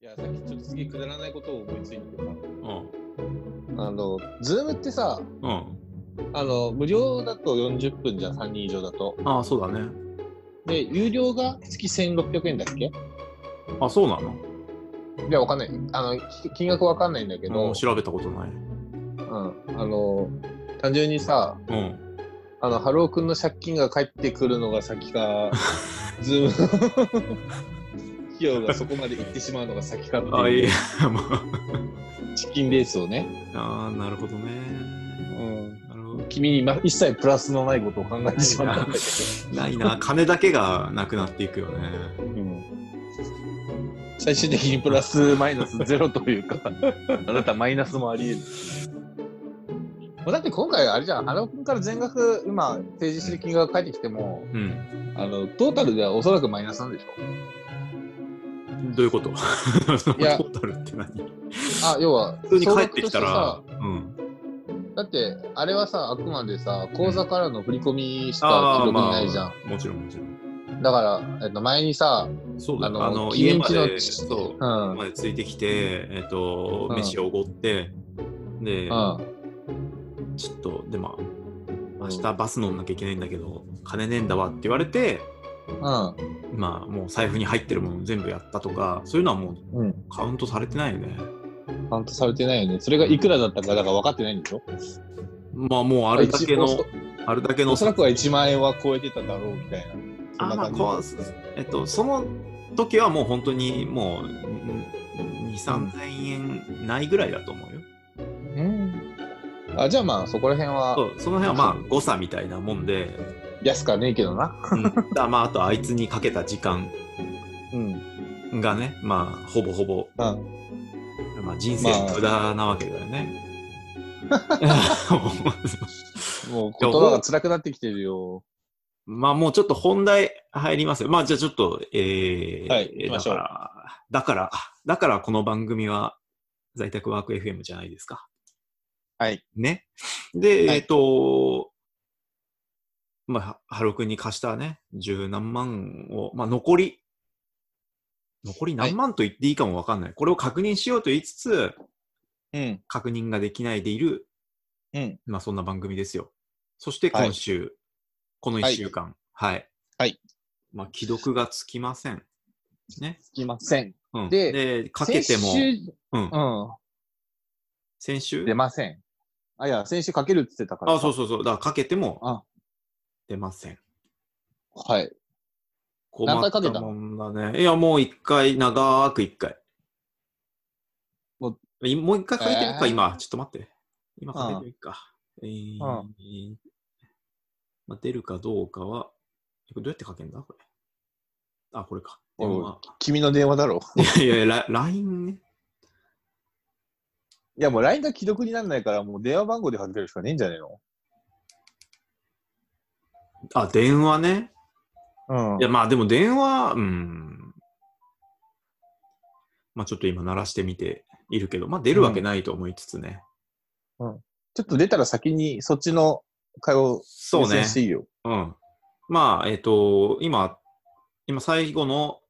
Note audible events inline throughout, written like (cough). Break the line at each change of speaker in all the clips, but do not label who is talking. や、さっきちょっとすげえくだらないことを思いついてさ、
うん。
あの、ズームってさ、
うん。
あの、無料だと40分じゃん、3人以上だと。
ああ、そうだね。
で、有料が月1600円だっけ
あ、そうなの
いや、わかんない。あの、き金額わかんないんだけ
う
ど
ん、調べたことない。
うん、あの、単純にさ、
うん。
あの、ハロー君の借金が返ってくるのが先
(laughs)
か、ズームの (laughs) 費用がそこまでいってしまうのが先かって
あ、い
いう
や、ま
チキンレースをね、
あ、あーなるほど
う
ね。
ん、
なるほど。
君にま一切プラスのないことを考えてしまったんだけ
ないな。金だけがなくなっていくよね。
ど、うん、最終的にプラスマイナスゼロという (laughs) か、あなたマイナスもあり得る。もうだって今回あれじゃん、ハロー君から全額今提示してる金額が返ってきても、
うん。
あの、トータルではおそらくマイナスなんでしょ
どういうことト
い
(laughs)
や
ータルって何
あ、要は、
普通に帰ってきたら
総、
うん。
額としてさ、だって、あれはさ、あくまでさ、口座からの振り込みしか
ああ、
記録に
ま
ないじゃん。
あ、もちろんもちろん。
だから、えっと、前にさ、
そうだね。
あの
あの、
君
家
ん
ま
ちの
で、そう、
うん、うん、
までついてきて、えっと、
うん
飯をおごって、で、
あ
ちょっと、でも、明日バス乗んなきゃいけないんだけど、金ねえんだわって言われて、まあ、もう財布に入ってるもの全部やったとか、そういうのはもう
うん、うん、
カウントされてないよね。
カウントされてないよね。それがいくらだったか、だから分かってないんでしょ
まあ、もうあるだけ
一
の
応、
あるだけの、
おそらくは1万円は超えてただろうみたいな。そん
あ
な
まあ
感じ。
こうすえっと、その時はもう本当にもう2、3000円ないぐらいだと思うよ。
うん。あ、じゃあまあ、そこら辺は
そうその辺はまあ誤差みたいなもんで、
安かねえけどな。
うん、だからまああとあいつにかけた時間
うん。
がね、まあほぼほぼ、
あ
まあ、人生の無駄なわけだ
(laughs)
よね。 (laughs)
もう言葉が辛くなってきてるよ。
まあもうちょっと本題入りますよ。まあじゃあちょっと、えー、
はい行きま
だ
しょ
か
う
ら、だから、だからこの番組は在宅ワーク FM じゃないですか。
はい。
ね。で、
はい
えっと、まあ、ハロ君に貸したね、十何万を、まあ残り、残り何万と言っていいかもわかんない。これを確認しようと言いつつ、
うん。
確認ができないでいる、
うん。
まあそんな番組ですよ。そして
はい
今週、この一週間、はい。
はい
まあ、既読がつきません。ね。
つきません。
うん、
で
で、かけても、
先週
うん、
うん。
先週
出ません。あ、いや、先週かけるって言ってたから。
あ、そうそうそう。だからかけて
あ
も、出ません。
う。はい。
困
何
っ
回かけた
たもんだね。いや、もう一回、長く一回。
も
いもう一回かけてみるか、
えー
今。ちょっと待って。今かけてみるか。えー
う
まあ、出るかどうかは、これどうやってかけるんだこれ。あ、これか。
おい
電話
君の電話だろ。
いやいや、ラ LINE ね。
いや、もう LINE が既読にならないから、もう電話番号でかけるしかねえんじゃねえの
あ、電話ね。
うん
いや、まあでも電話、うん。まあちょっと今鳴らしてみているけど、まあ出るわけないと思いつつね。
ちょっと出たら先にそっちの会話を
そうね
優先。していいよ。
うん。まあ、えっ、と、今、今最後の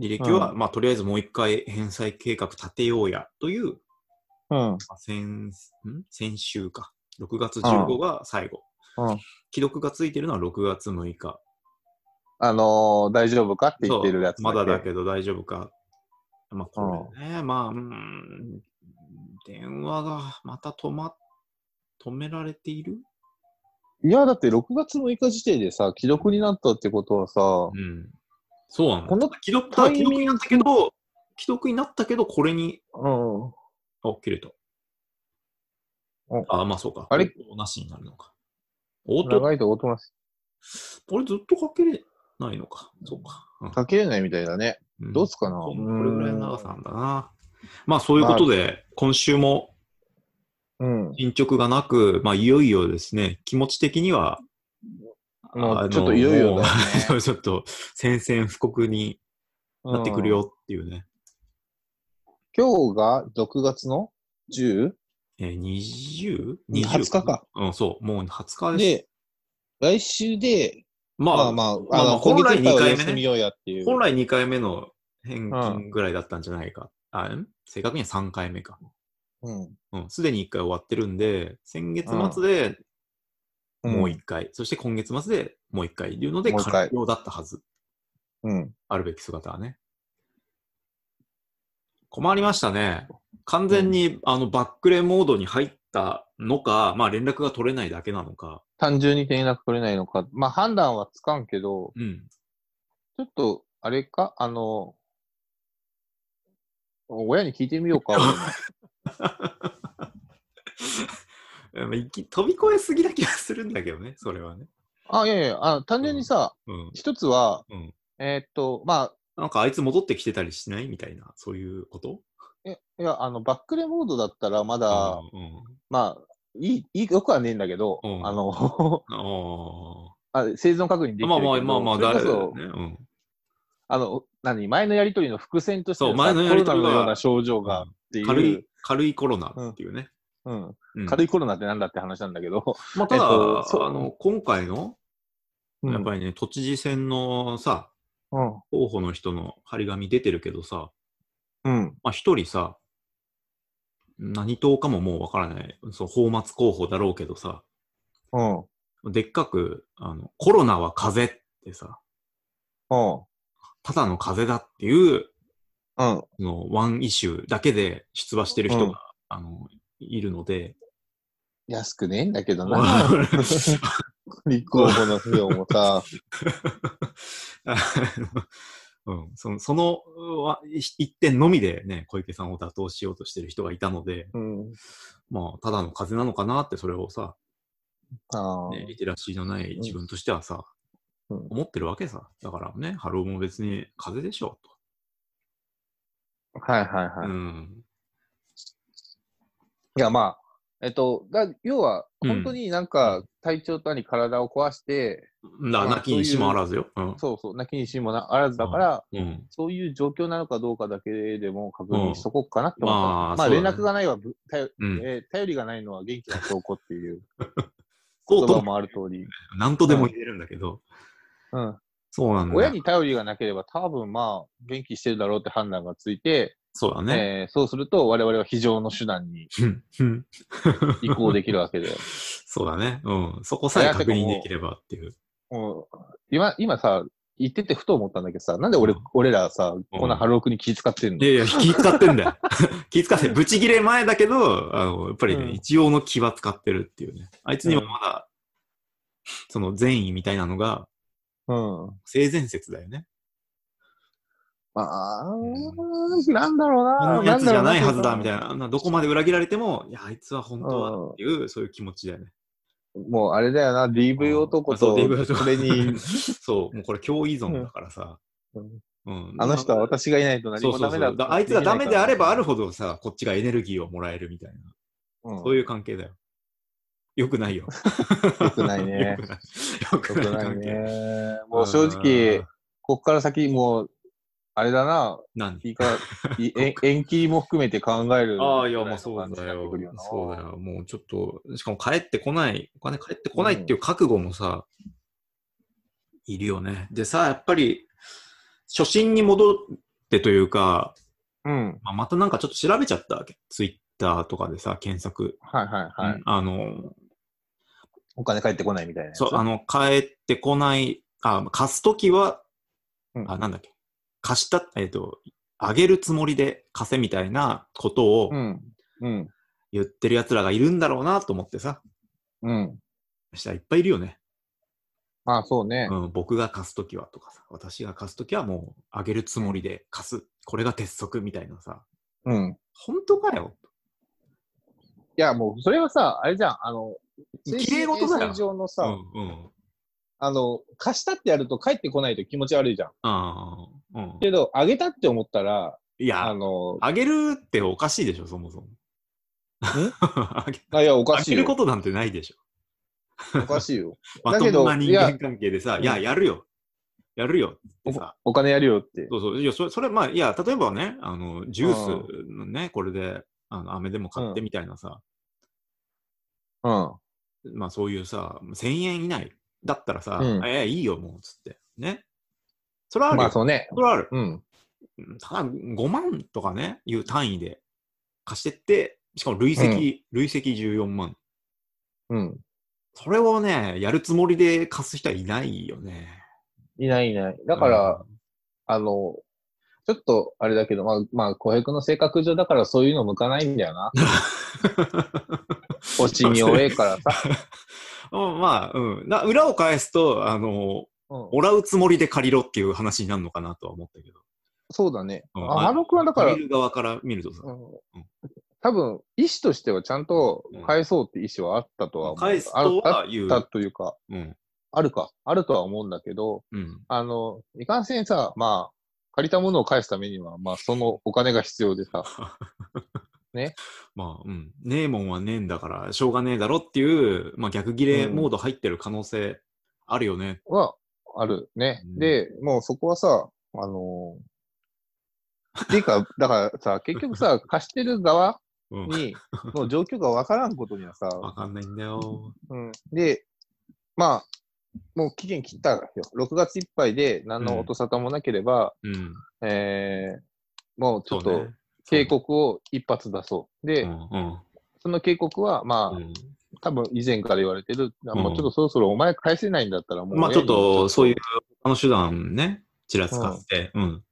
履歴は、
う
まあ、とりあえずもう一回返済計画立てようやという、
うん。
まあ先、ん先週か。6月15が最後。
うん
既読がついてるのは6月6日。
あのー、大丈夫かって言ってるやつ
まだだけど大丈夫か。まあ、これね、まあ、うん、電話がまた止ま、止められている
いや、だって6月6日時点でさ、既読になったってことはさ、
うん。そうなの。
この
既読、
タイミ
既
ング
読になったけど、既読になったけど、これに
うん。
あ、切れた
お。
あ、まあそうか。
あれ
応答なしになるのか。応答
長いとおとなし
これずっとかけれないのか。そうか。
かけれないみたいだね。
うん
どうすかな
こ
うん
れぐらいの長さなんだな。まあそういうことで、今週も
うん。
進捗がなく、まあいよいよですね、気持ち的には、 (laughs)
もう
あの
ちょっといよいよだよね
もうちょっと宣戦布告に (laughs) なってくる
うん。
よっていうね。
今日が6月の 10?
えー、20?20
20日か。
うん、そう。もう20日です。
で、来週で、
ま
ま
あ
あまあ、
まあ
あ
まあ
の、今
本
月
来
いっぱいは
二回目ね
やってみようやっていう。
本来2回目の返金ぐらいだったんじゃないか。あ、ん正確には3回目か。
うん。
うん。すでに1回終わってるんで、先月末でもう1回、そして今月末でもう1回というので
もう一回
完了だったはず。
うん。
あるべき姿はね。困りましたね。完全に、あのバックレモードに入ったのか、まあ連絡が取れないだけなのか。
単純に転落取れないのか。まあ判断はつかんけど、
うん。
ちょっと、あれか、あの、親に聞いてみよう
(laughs)
か。
うんいき飛び越えすぎな気がするんだけどね、それはね。
あ、いやいや、あ単純にさ、
うん。
一つは、
うん
えーっと、ま
なんかあいつ戻ってきてたりしないみたいな、そういうこと
あ、えいや、あの、バックレモードだったら、まだ、
うんうん
まあ、いい、いい、よくはねえんだけど、
うん
あの、 (laughs)
あ
あ生存確認できてるけど
ーまあまあまあまあ、
それこ
だ
そ、
ねうん
あの、何、前のやりとりの伏線として
そう
さ
前のやりとり
コ
が
ロナのような症状がっていう、
軽い、軽いコロナっていうね。
うん、
うん
軽いコロナってなんだって話なんだけど、
まあ、ただ、
えっとそう
あの今回の、
うん
やっぱりね、都知事選のさ、
うん、
候補の人の張り紙出てるけどさ、
うん、
まあ、一人さ、何党かももうわからない、そう、泡沫候補だろうけどさ、
うん、うん、
でっかく、あの、コロナは風邪ってさ、ただの風邪だっていう、
うん、
その、ワンイシューだけで出馬してる人が、
うん
あの、いるので、
安くねえんだけどな、
立
立候補の費用も
(laughs)
さ、
あの (laughs) うん、そのそのわい一点のみでね、小池さんを打倒しようとしてる人がいたので、
うん、
まあ、ただの風邪なのかなって、それをさ、
あー
ね、リテラシーのない自分としてはさ、
うん
思ってるわけさ。だからね、ハローも別に風邪でしょ、
はいはい
と。
はい。い
うん。
や、まあ、えっと、だ要は、
うん
本当になんか、体調とに体を壊して、
だ
まあ
なきにしもあらずよ。うん。
そうそう、泣きにしもなあらずだから、
うん。
そういう状況なのかどうかだけでも確認しとこうかなって思った。
まあ
まあ、
そうだ
連
ね
絡がないはぶ、頼
うん
えー頼りがないのは元気な証拠って
(laughs)
いう
そう
言
と
葉
も、
もある通り、
なんとでも言えるんだけど、
うん、
そうなんだよ。
親に頼りがなければ多分まあ元気してるだろうって判断がついて、
そうだね。
えーそうすると我々は非常の手段に
うんうん
移行できるわけで。
そうだね。うん。そこさえ確認できればっていう。
もう今今さ、言っててふと思ったんだけどさ、なんで俺,、
うん
俺らさ、こんなハロークに気遣ってん
い
の、
やいや、気使ってん
(laughs)
だよ。気使って、ブチ切れ前だけど、あの、やっぱりね、
うん
一応の気は使ってるっていうね。あいつにはまだ、その善意みたいなのが、
うん、
性善説だよね。
まあ、
う
なんだろう
こ
な。
んなやつじゃないはずだ、
んろう
みたいな。あんなどこまで裏切られても、いや、あいつは本当はっていう、そういう気持ちだよね。
もうあれだよな、DV 男
あ
と、
そう DV 男
それに、
(laughs) そう、もうこれ、共依存だからさ。うん。
あの人は私がいないと何
そう
も
そ
ダ
う
メ
そう
だ
だからあいつがダメであればある
ほ
ほどさ、こっちがエネルギーをもらえるみたいな。
ど、うん
そういう関係だよ。よくないよ。
良くないね
(laughs) よくない。よく
良く
ない
ない
関係。
ね。もう正直
ん、、
こっから先、もう、あれだな、
何
いいか、
(laughs)
いえ延期も含めて考える。
ああ、いや、まあそうだよ。そうだ
よ。
よ。もうちょっと、しかも帰ってこない、お金帰ってこないっていう覚悟もさ、いるよね。でさ、やっぱり、初心に戻ってというか、
うん。
まあ、またなんかちょっと調べちゃったわけ。ツイッターとかでさ、検索。
はいはいはい。
うんあの、
お金返ってこないみたいなやつ。
そう、あの、帰ってこない、あ、貸すときは、
うん
あ、なんだっけ、貸した、えっ、と、あげるつもりで貸せみたいなことを
うん。うん。
言ってる奴らがいるんだろうなと思ってさ、
うん。
したらいっぱいいるよね。
まあそうね。
うん、僕が貸すときはとかさ、私が貸すときはもう、あげるつもりで貸す。これが鉄則みたいなさ、
うん。
本当かよ。
いや、もう、それはさ、あれじゃん、あの、
綺麗事だ
精
よ
神衛生上の
う
さ、
んうん。
あの、貸したってやると帰ってこないと気持ち悪いじゃん。
ああ、うん。
けど、あげたって思ったら、
い
あ
や、
の、
あげるっておかしいでしょ、そもそも。 (laughs) あげ
あいや、おか
あ
しい
げるこ
よ。
となんてないでしょ。
おかしいよ。
ま
だ
と
け
も
ど
な人間関係でさ、い
い
や、
や
やるよ。やるよってさ、
お金やるよって。
そうそう、いや、それ、それまあ、いや、例えばね、あの、ジュースのね、これで、あの、飴でも買ってみたいなさ、
うん。
まあ、そういうさ、1000円以内だったらさ、
うん
あいや、いいよ、もう、つって。ね。それはあるよ。
まあ、そうね。
それはある。
うん。
うんただ5万とかね、いう単位で貸してって、しかも累積、累積14万。
うん。
それをね、やるつもりで貸す人はいないよね。
いないいない。だから、あの、ちょっとあれだけど、まあ、まあ、小平君の性格上だからそういうの向かないんだよ
(laughs)
な。
うん、
落ちに弱えからさ。
うん (laughs) まあ、うん。な裏を返すと、あの、
うん、
もらうつもりで借りろっていう話になるのかなとは思ったけど。
そうだね。あ
うん
ハロ君はだから、
借りる側から見るとさ、
うん多分、意思としてはちゃんと返そうって意思はあったとは思う。
返すと
あ
は言
あった
う。
というか、
うん。
あるか、あるとは思うんだけど、
うん。
あの、いかんせんさ、まあ、借りたものを返すためには、まあ、そのお金が必要で
(laughs)
さ、
まあ、うん。ねえもんはねえんだから、しょうがねえだろっていう、まあ逆切れモード入ってる可能性あるよね。
はあるね。
うん
で、もうそこはさ、あのーっていうか、だからさ、結局さ、貸してる側
うん。
に、の状況がわからんことにはさ、
(laughs) わかんないんだよ。
うん、で、まあ、もう期限切ったよ。6月いっぱいで何の音沙汰もなければ、
うん。
えー、もうちょっ
そう
と
ね
警告を一発出そう。で、
うんうん
その警告は、まあ、
うん
多分以前から言われてる、あ
うん
もうちょっとそろそろお前返せないんだったらもう、
まあちょっと、そういう、あの手段ね、ちらつかって、うん。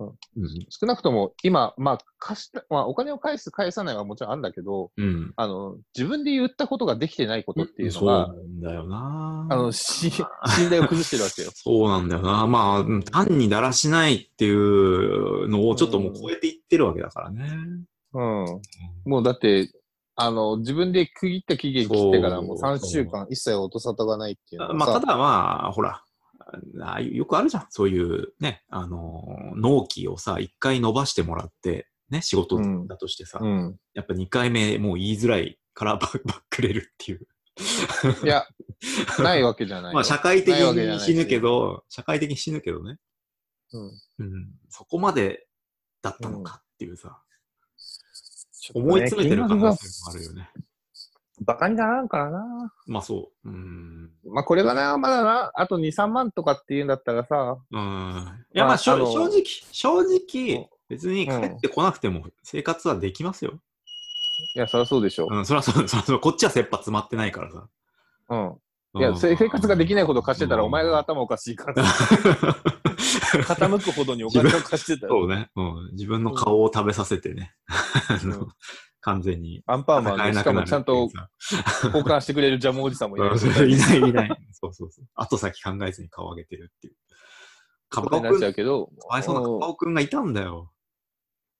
うん
うん。
少なくとも今、まあ貸した、まあお金を返す、返さないはもちろんあるんだけど、
うん。
あの、自分で言ったことができてないことっていうの
そう
が、
なんだよな
あの、
(laughs)
し信頼を崩してるわけよ。
そうなんだよな。まあ、うん単にだらしないっていうのをちょっともう超えていってるわけだからね。
うん。もうだって、あの、自分で区切った期限切ってからもう
そう
3週間一切音沙汰がないっていうのはさ
まあ、ただまあ、ほら、あよくあるじゃん。そういうね、あの、納期をさ、一回伸ばしてもらって、ね、仕事だとしてさ、
うん。
やっぱ二回目もう言いづらいからばばっくれるっていう。
いや、ないわけじゃないよ。
(laughs) まあ、社会的
ないわけじゃな
に
いし
死ぬけど、社会的に死ぬけどね。
うん
うん。そこまでだったのかっていうさ、思
思
い詰めてる可
金
能
額が
性もあるよね。
バカにならんからな。
まあそう。うん。
まあ、これがな、まだな、あと2、3万とかっていうんだったらさ、
うん。いや、ま
ま
あ、
あ
しょ
あの
正直、正直
うん、
別に帰ってこなくても生活はできますよ。
いや、そりゃそうでしょ
う。ん、そりゃそう、そらそう、こっちは切羽詰まってないからさ。
うん。
うん
いや、せ生活ができないことを貸してたら、お前
(laughs)
が。
うん
頭おかしいから、傾くほどにお
金
金
を
を貸してたよ。
そうね、うん。自分の顔を食べさせてね。 (laughs) あの
うん
完全に。
アンパン
(laughs)
マンで、しかもちゃんと交換してくれるジャムおじさんもいる
(laughs)
し、
いないいない。そうそうそう。後先考えずに顔上げてるっていう。カ
こと
バオ
になっ
くん、
ちゃう
か
けど、
わいそうなカバ
う
オくんがいたんだよ。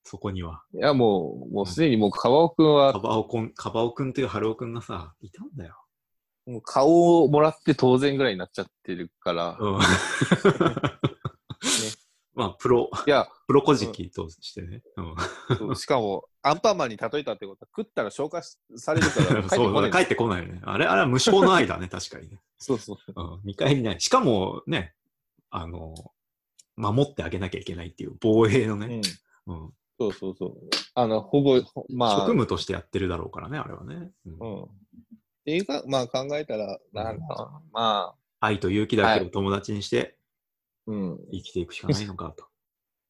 そこには。
んいや、もう、もうすでにもう、カバオくん
カ
は、
バオくん、カバオくんというハロオくんがさ、いたんだよ。
もう顔をもらって当然ぐらいになっちゃってるから、
うん。 (laughs) まあ、プロ、
いや、
プロコジキとしてね。うん。
そうしかも、アンパンマンに例えたってことは、食ったら消化しされるから、帰って
(laughs) そう
こな
だ
い。
帰ってこないよね。あれ、あれは無償の愛だね、 (laughs) 確かにね。
そうそう。
うん。見返りない。しかもね、あの、守ってあげなきゃいけないっていう防衛の
う
ね。
ん
うん。
そうそうそう。あの、ほぼ、ほまあ、
職務としてやってるだろうからね、あれはね。うん
うん。っていうか、まあ考えたら、なんだろうなまあ、
愛と勇気だけ
は
を友達にして
うん。
生きていくしかないのかと。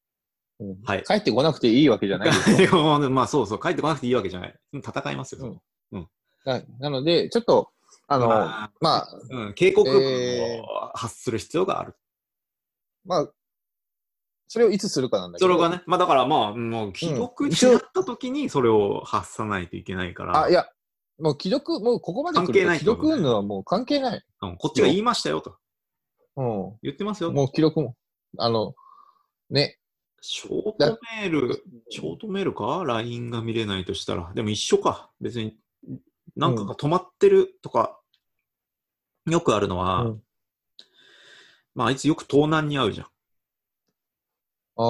(laughs) うん
はい (laughs)
帰ってこなくていいわけじゃないですよ
でもねまあそうそう、帰ってこなくていいわけじゃない。うん戦いますよ。
うんななので、ちょっと、あの、ま
まあ
あ、
うん、警告
え
を発する必要がある。
まあ、それをいつするかなんだけ
そ
ど。
れがね、まあだからまあ、もう既読に
一応
なった時にそれを発さないといけないから、
あ、いや、もう既読、もうここまで来
関係
る
ない
と
って
既
ことね
読運動はもう関係ない。
うんこっちが言いましたよと。
うん。も
言ってますよ。
う既読も、あの、ね、
ショートメール、ショートメールか ?LINE が見れないとしたら。でも一緒か。別に、なんかが止まってるとか、よくあるのは、
うん
まああいつよく盗難に遭うじゃん。
あ
ま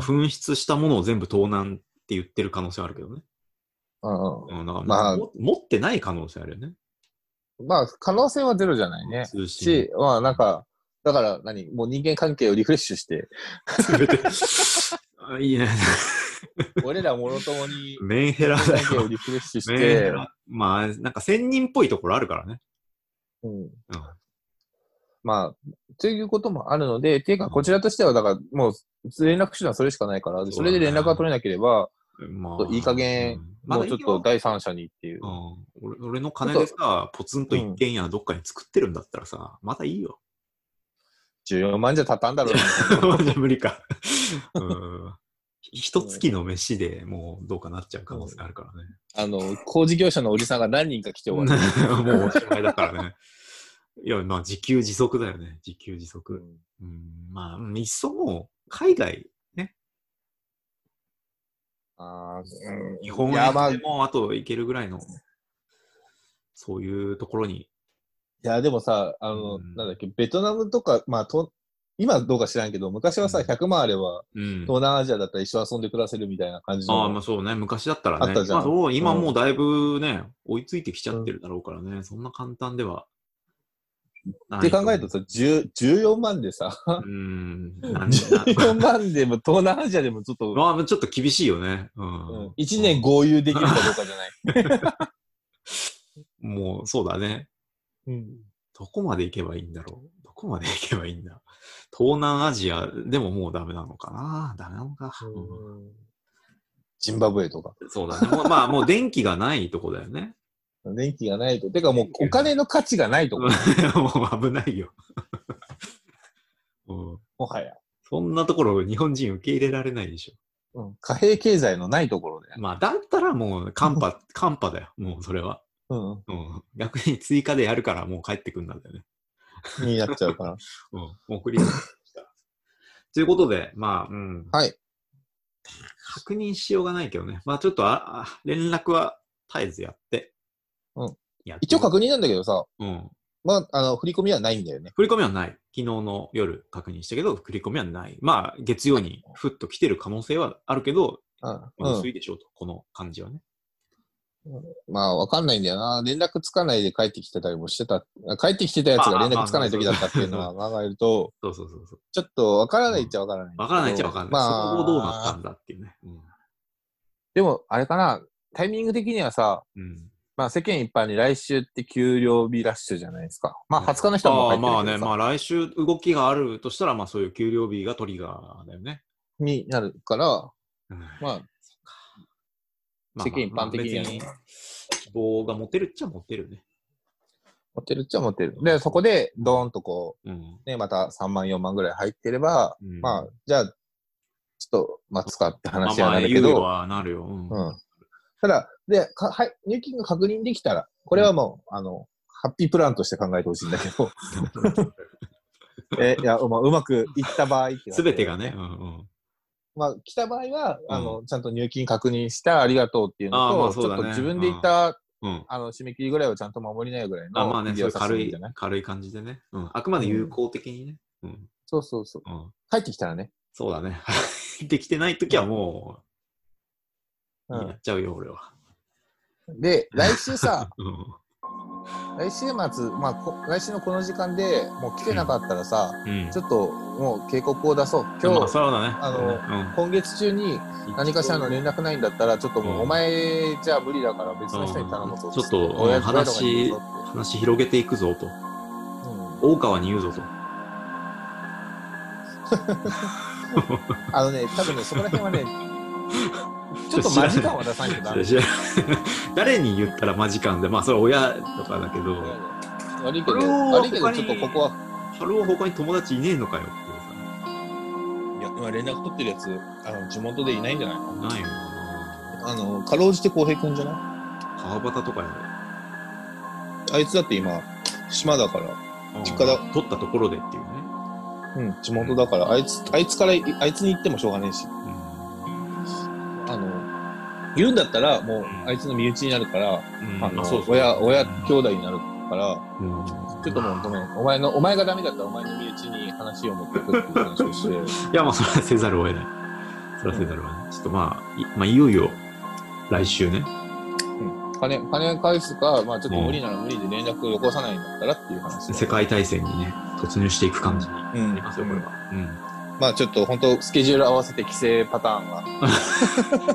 ー
紛失したものを全部盗難って言ってる可能性あるけどね。
うん
うん、だから
まあ
も持ってない可能性あるよね。
まあ、可能性はゼロじゃないね。
通信
し。、まあなんか、だから何もう人間関係をリフレッシュして、 (laughs)
全て。 (laughs) あいいね。
俺らもろともに
メンヘラ
人間
だ
関係を
よ。
リフレッシュ
(laughs) メ
し
ンヘ
て、
ラ。まあ、なんか仙人っぽいところあるからね。
うん
うん
まあ、ということもあるので、っていうか、こちらとしては、だから、もう、連絡手段それしかないから、それで連絡が取れなければ、
ま
いい加減
うんま
も
だ
う
いい
ちょ
よ
っと第三者にっていう。
うん俺俺の金でさ、ポツンと一軒家どっかに作ってるんだったらさ、まだいいよ。 (laughs)
14万じゃ立たんだろうな。
じゃ無理か。うん。一月の飯でもうどうかなっちゃう可能性あるからね。
あの、工事業者のおじさんが何人か来て終わる。
(laughs) もうおしまいだからね。いや、まあ自給自足だよね。自給自足。うん、まあ、うんいっそもう、海外、
あーうん
日本
いや、まあ、
で
い
もあと行けるぐらいの、そういうところに。
や、でもさ、あの、
うん
なんだっけ、ベトナムとか、まあ、と今どうか知らんけど、昔はさ、
うん
100万あれば、
うん。
東南アジアだったら一緒遊んで暮らせるみたいな感じの。
ああ、まあそうね。昔だったらね。
あったじゃん
まあそう今もうだいぶね、追いついてきちゃってるだろうからね。そんな簡単ではない。
って考えるとさ、10 14万でさ、
うん。なん
(laughs)
だ
14万でも東南アジアでもちょっと、
まあちょっと厳しいよね。うん。
うん、1年合流できるかどうかじゃない。
もうそうだね。
うん
どこまで行けばいいんだろう。どこまで行けばいいんだ。東南アジアでももうダメなのかな。ダメなのか。う
ジンバブエとか。
んそうだね。もうまあもう電気がないとこだよね。
電気がないと。てかもうお金の価値がないとこ。
(laughs) もう危ないよ、うん。
もはや。
そんなところ日本人受け入れられないでしょ。
うん貨幣経済のないところで。
まあだったらもう寒波、寒波だよ。もうそれは。
うん
うん。逆に追加でやるからもう帰ってくんなんだよね。。
になっちゃうから。
うん。送りました。ということで、まあ、うん。
はい。
確認しようがないけどね。まあちょっとあ、あ連絡は絶えずやって。
うん。
やって
一応確認なんだけどさ、
うん。
まあ、あの、振り込みはないんだよね。
振り込みはない。昨日の夜確認したけど、振り込みはない。まあ、月曜にふっと来てる可能性はあるけど、
うん。
まあ
う
薄
ん、
いでしょうと、この感じはね。
まあ、わかんないんだよな。連絡つかないで帰ってきてたりもしてた。帰ってきてたやつが連絡つかない時だったっていうのは考えると、
そうそうそうそう。
ちょっとわからないっちゃわからない。
わからないっちゃわからない。
まあ
その後どうなったんだっていうね。うん
でも、あれかな。タイミング的にはさ、
うん。
まあ世間一般に来週って給料日ラッシュじゃないですか。まあ20日の人はもう
あ
帰
あ
って
まあ
る
ね、
けどさ
まあ来週動きがあるとしたら、まあそういう給料日がトリガーだよね。
になるから、
うん
まあ世間一般的にはね。
まあ別に希望が持てるっちゃ持てるね。
持ってるっちゃ持ってる。で、そこでドーンとこ
うん。
う、ね、また3万4万ぐらい入ってれば、
うん
まあ、じゃあ、ちょっと待つかって
まあ
話
ま
は
あ
なる
猶
け
予
ど、
はなるよ。うん (laughs)
うん。ただ、で、かはい、入金が確認できたら、これはもう、あの、ハッピープランとして考えてほしいんだけ
(laughs)
ど、え、いや、まあ、うまくいった場合っていうのは
すべてがね。うんうん。
まあ、来た場合は、あの、ちゃんと入金確認した、ありがとうっていうの
あー
と、
まあそうだね
ちょっと自分で言った、
うん。
あの、締め切りぐらいはちゃんと守りないぐらいの、
あまあね、
利
そ
用
ういう
させ
軽
るん
い
じゃな、
軽い感じでね。うん。あくまで有効的にね。うん。
そうそうそう。
うん。
帰ってきたらね。
そうだね。 (laughs) できてないときはもう、
う
やっちゃうよ、俺は。
ん。で、来週さ、
うん。
来週末、まあ、こ来週のこの時間でもう来てなかったらさ、
うん
ちょっともう警告を出そう。今日、
まあ、そうだね。
あ
の、
今月中に何かしらの連絡ないんだったら、ちょっともう、
うん
お前じゃあ無理だから別の人に頼むぞ
うんちょっと
親父親とかに言うぞ
話広げていくぞと。
ってうん
大川に言うぞと。
あのね、多分ね、そこら辺はね、
(laughs)
ちょっと間時間は出さないとダメ。
知らない (laughs) 誰に言ったら間近で、まあ、それは親とかだけど、
悪いけど、
これを
悪いけど、ち
他
ょ
に
っとここは。
ハロー他に友達いねえのかよって
いや、今連絡取ってるやつ、あの地元でいないんじゃない
さ、ないよな。
あの、かろうじて浩平くんじゃな
川端とかや
いあいつだって今、島だから。
で、
実家だ
うん取ったところでっていうね。
うん、地元だから、あいつ、あいつから、あいつに言ってもしょうがねえし、あの、言うんだったら、もう、あいつの身内になるから、
うん
あ
ま
の
あそうそう
親、親、兄
うん
弟になるから、ちょっともうごめん、お前の、お前がダメだったら、お前の身内に話を持ってくっていう話をして、
いや、まあ、それはせざるを得ない。それはせざるを得ない。ちょっとまあ、い,、まあ、いよいよ、来週ね。
金、金返すか、まあちょっと無理なら無理で連絡をよこさないんだったらっていう話。
世界大戦にね、突入していく感じにな
う
りますよ、これは。うん。
まあちょっと本当スケジュール合わせて規制パターン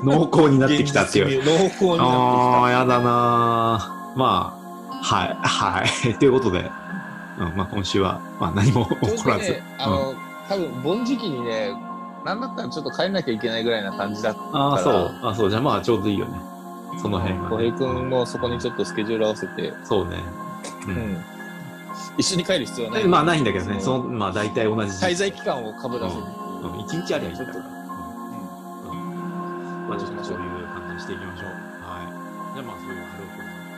が
濃厚になってきたっていう。
う濃厚にな
あ
っ
(laughs) あ、やだなーまあ、はい、はい。ということで、うんまあ、今週は、まあ、何も
ちょう
起こ
ど
らず。
ね、あの、多分、盆時期にね、なんだったらちょっと帰んなきゃいけないぐらいな感じだったから。
ああ、そう。あそう。じゃあまあ、ちょうどいいよね。その辺
小
が、
平
ね。
君もそこにちょっとスケジュール合わせて、
そうね。う。
うんん。一緒に帰る必要はない。
まあ、ないんだけどね。
そ
そ
の
の、まあ、大体同じ時
滞
期。
在期間をかぶらせる。
うん、1日ありゃいいんだから。
ちょっと
うん
うん
まあ、ちょっとそういう感じにしていきましょう。はい。じゃあまあ、そういうハロー君の